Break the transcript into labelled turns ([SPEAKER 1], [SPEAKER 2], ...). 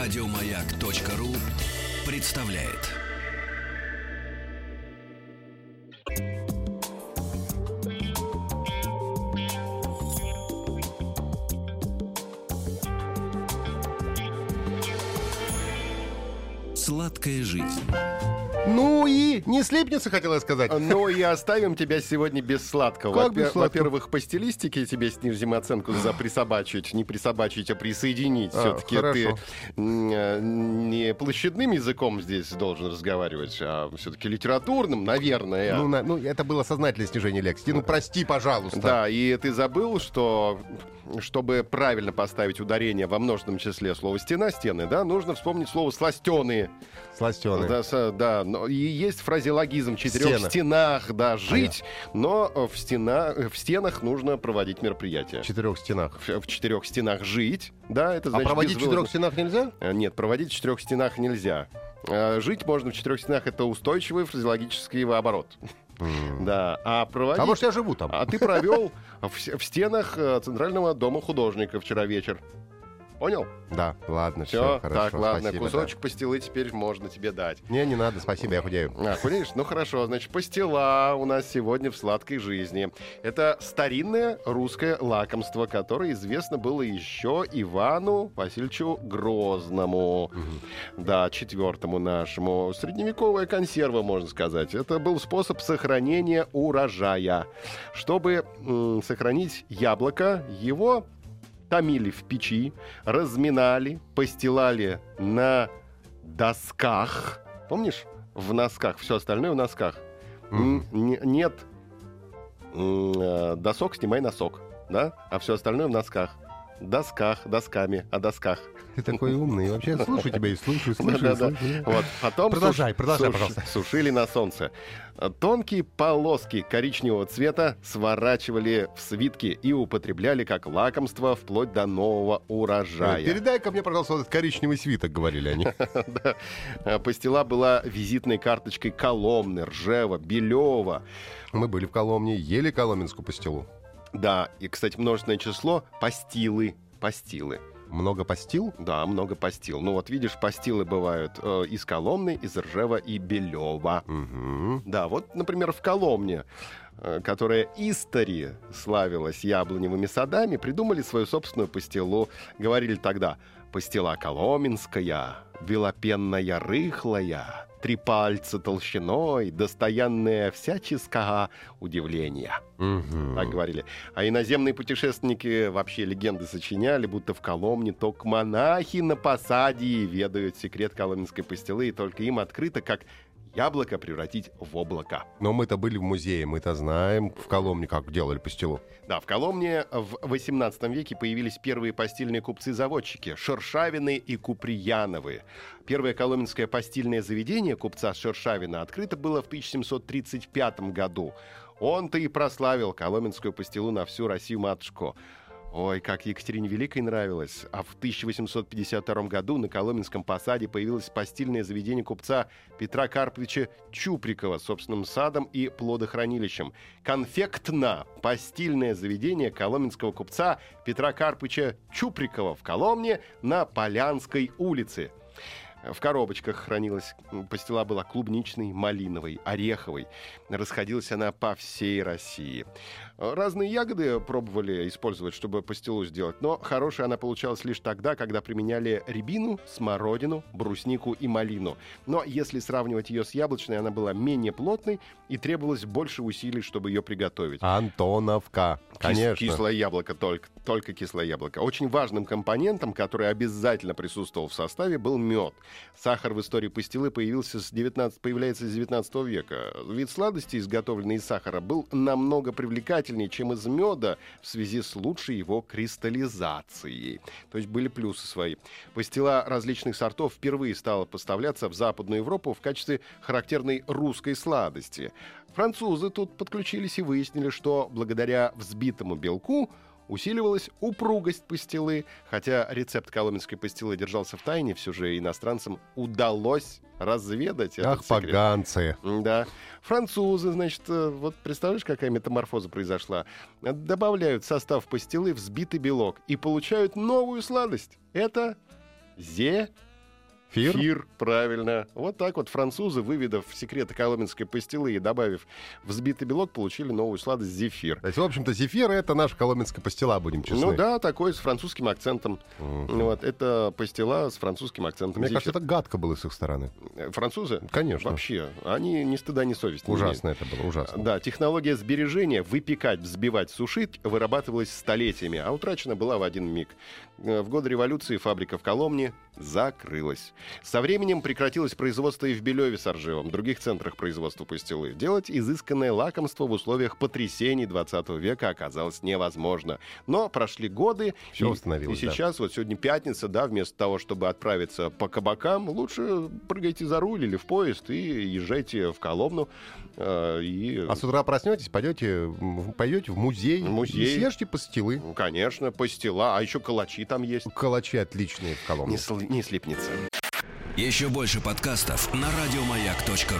[SPEAKER 1] Радиомаяк.ру представляет. Сладкая жизнь.
[SPEAKER 2] Ну и не слипнется, хотела я сказать.
[SPEAKER 3] Ну и оставим тебя сегодня без сладкого.
[SPEAKER 2] Как без
[SPEAKER 3] Во-пер-
[SPEAKER 2] сладкого?
[SPEAKER 3] Во-первых, по стилистике тебе снизим оценку за присобачить. Не присобачить, а присоединить.
[SPEAKER 2] А,
[SPEAKER 3] Все-таки
[SPEAKER 2] хорошо.
[SPEAKER 3] ты м, э, не площадным языком здесь должен разговаривать, а все-таки литературным, наверное.
[SPEAKER 2] Ну, на- ну, это было сознательное снижение лексики. Ну, прости, пожалуйста.
[SPEAKER 3] Да, и ты забыл, что чтобы правильно поставить ударение во множественном числе слова «стена», «стены», да, нужно вспомнить слово «сластеные».
[SPEAKER 2] Сластеный.
[SPEAKER 3] Да, с- да, но и есть фразеологизм четырех
[SPEAKER 2] Стена.
[SPEAKER 3] стенах, да, жить, но э, в, стена, э, в стенах нужно проводить мероприятия.
[SPEAKER 2] В четырех стенах.
[SPEAKER 3] В, в четырех стенах жить, да, это
[SPEAKER 2] а
[SPEAKER 3] значит...
[SPEAKER 2] проводить в четырех
[SPEAKER 3] безвылазно.
[SPEAKER 2] стенах нельзя? А
[SPEAKER 3] Э, Нет, проводить в четырех стенах нельзя. Э, Жить можно в четырех стенах, это устойчивый фразеологический оборот. Да, а проводить...
[SPEAKER 2] А может, я живу там?
[SPEAKER 3] А ты провел в, с- в стенах э, Центрального дома художника вчера вечер. Понял?
[SPEAKER 2] Да, ладно, все,
[SPEAKER 3] Все,
[SPEAKER 2] хорошо.
[SPEAKER 3] так, ладно,
[SPEAKER 2] спасибо,
[SPEAKER 3] кусочек пастилы теперь можно тебе дать.
[SPEAKER 2] да. Не, не надо, спасибо, я худею.
[SPEAKER 3] А, худеешь? Ну хорошо, значит, пастила у нас сегодня в сладкой жизни. Это старинное русское лакомство, которое известно было еще Ивану Васильевичу Грозному. Да, четвертому нашему. Средневековая консерва, можно сказать. Это был способ сохранения урожая. Чтобы м, сохранить яблоко, его томили в печи, разминали, постилали на досках. Помнишь? В носках. Все остальное в носках. М, не- нет м, э, досок, снимай носок. Да? А все остальное в носках. Досках, досками, о досках.
[SPEAKER 2] Ты такой умный. Я Вообще, слушаю тебя и слушаю, слушаю,
[SPEAKER 3] Да-да-да.
[SPEAKER 2] слушаю.
[SPEAKER 3] Вот, потом
[SPEAKER 2] Продолжай, продолжай,
[SPEAKER 3] суш-
[SPEAKER 2] пожалуйста.
[SPEAKER 3] Сушили на солнце. Тонкие полоски коричневого цвета сворачивали в свитки и употребляли как лакомство вплоть до нового урожая.
[SPEAKER 2] Передай ко Э, мне, пожалуйста, вот этот коричневый свиток, говорили они.
[SPEAKER 3] Да. А, Пастила была визитной карточкой Коломны, Ржева, Белева.
[SPEAKER 2] Мы были в Коломне, ели коломенскую пастилу.
[SPEAKER 3] Да, и, кстати, множественное число – пастилы. Пастилы.
[SPEAKER 2] Много постил?
[SPEAKER 3] Да, много пастил. Ну вот видишь, пастилы бывают э, из Коломны, из Ржева и Белева.
[SPEAKER 2] Угу.
[SPEAKER 3] Да, вот, например, в Коломне, э, которая истори славилась яблоневыми садами, придумали свою собственную пастилу. Говорили тогда «пастила коломенская, белопенная рыхлая, три пальца толщиной, достоянная всяческого удивления». Так говорили. А иноземные путешественники вообще легенды сочиняли, будто в Коломне только монахи на посаде ведают секрет коломенской пастилы, и только им открыто, как яблоко превратить в облако.
[SPEAKER 2] Но мы-то были в музее, мы-то знаем в Коломне, как делали пастилу.
[SPEAKER 3] Да, в Коломне в 18 веке появились первые постельные купцы-заводчики – Шершавины и Куприяновы. Первое коломенское постельное заведение купца Шершавина открыто было в 1735 году. Он-то и прославил коломенскую пастилу на всю Россию матушку. Ой, как Екатерине Великой нравилось. А в 1852 году на Коломенском посаде появилось постельное заведение купца Петра Карповича Чуприкова с собственным садом и плодохранилищем. Конфектна – постельное заведение коломенского купца Петра Карповича Чуприкова в Коломне на Полянской улице. В коробочках хранилась м, пастила была клубничной, малиновой, ореховой. Расходилась она по всей России. Э, Разные ягоды пробовали использовать, чтобы пастилу сделать, но хорошая она получалась лишь тогда, когда применяли рябину, смородину, бруснику и малину. Но если сравнивать ее с яблочной, она была менее плотной и требовалось больше усилий, чтобы ее приготовить.
[SPEAKER 2] Антоновка,
[SPEAKER 3] А Кис-
[SPEAKER 2] конечно.
[SPEAKER 3] Кислое яблоко, только, только кислое яблоко. Очень важным компонентом, который обязательно присутствовал в составе, был мед. Сахар в истории пастилы появился с 19, появляется с 19 века. Вид сладости, изготовленный из сахара, был намного привлекательнее, чем из меда в связи с лучшей его кристаллизацией. То есть были плюсы свои. Пастила различных сортов впервые стала поставляться в Западную Европу в качестве характерной русской сладости. Французы тут подключились и выяснили, что благодаря взбитому белку усиливалась упругость пастилы. Хотя рецепт коломенской пастилы держался в тайне, все же иностранцам удалось разведать этот
[SPEAKER 2] Ах,
[SPEAKER 3] секрет.
[SPEAKER 2] поганцы.
[SPEAKER 3] Да. Французы, значит, э, вот представляешь, какая метаморфоза произошла? Добавляют в состав пастилы взбитый белок и получают новую сладость. Это зелень.
[SPEAKER 2] Фир?
[SPEAKER 3] Фир, правильно. Вот так вот французы, выведав секреты коломенской пастилы и добавив взбитый белок, получили новую сладость зефир.
[SPEAKER 2] То есть, в общем-то, зефир — это наша коломенская пастила, будем честны.
[SPEAKER 3] Ну да, такой с французским акцентом. Вот, это пастила с французским акцентом.
[SPEAKER 2] Мне
[SPEAKER 3] Зефир.
[SPEAKER 2] кажется, это гадко было с их стороны.
[SPEAKER 3] Э, Французы?
[SPEAKER 2] Конечно.
[SPEAKER 3] Вообще, они ни стыда, ни совести. не имеют.
[SPEAKER 2] Ужасно это было, ужасно.
[SPEAKER 3] Да, технология сбережения выпекать, взбивать, сушить вырабатывалась столетиями, а утрачена была в один миг. Э, В годы революции фабрика в Коломне закрылась. Со временем прекратилось производство и в Белеве с Оржевом, других центрах производства пастилы. Делать изысканное лакомство в условиях потрясений 20 века оказалось невозможно. Но прошли годы,
[SPEAKER 2] Всё
[SPEAKER 3] и-
[SPEAKER 2] восстановилось,
[SPEAKER 3] И
[SPEAKER 2] да.
[SPEAKER 3] сейчас, вот сегодня пятница, да, вместо того, чтобы отправиться по кабакам, лучше прыгайте за руль или в поезд и езжайте в Коломну. э, и...
[SPEAKER 2] А с утра проснетесь, пойдете, м, пойдете в музей,
[SPEAKER 3] В музей.
[SPEAKER 2] и съешьте пастилы.
[SPEAKER 3] Ну, конечно, пастила, а еще калачи там есть.
[SPEAKER 2] Калачи отличные в Коломне.
[SPEAKER 3] Не, сл- не слипнется.
[SPEAKER 1] Еще больше подкастов на радиомаяк.ру.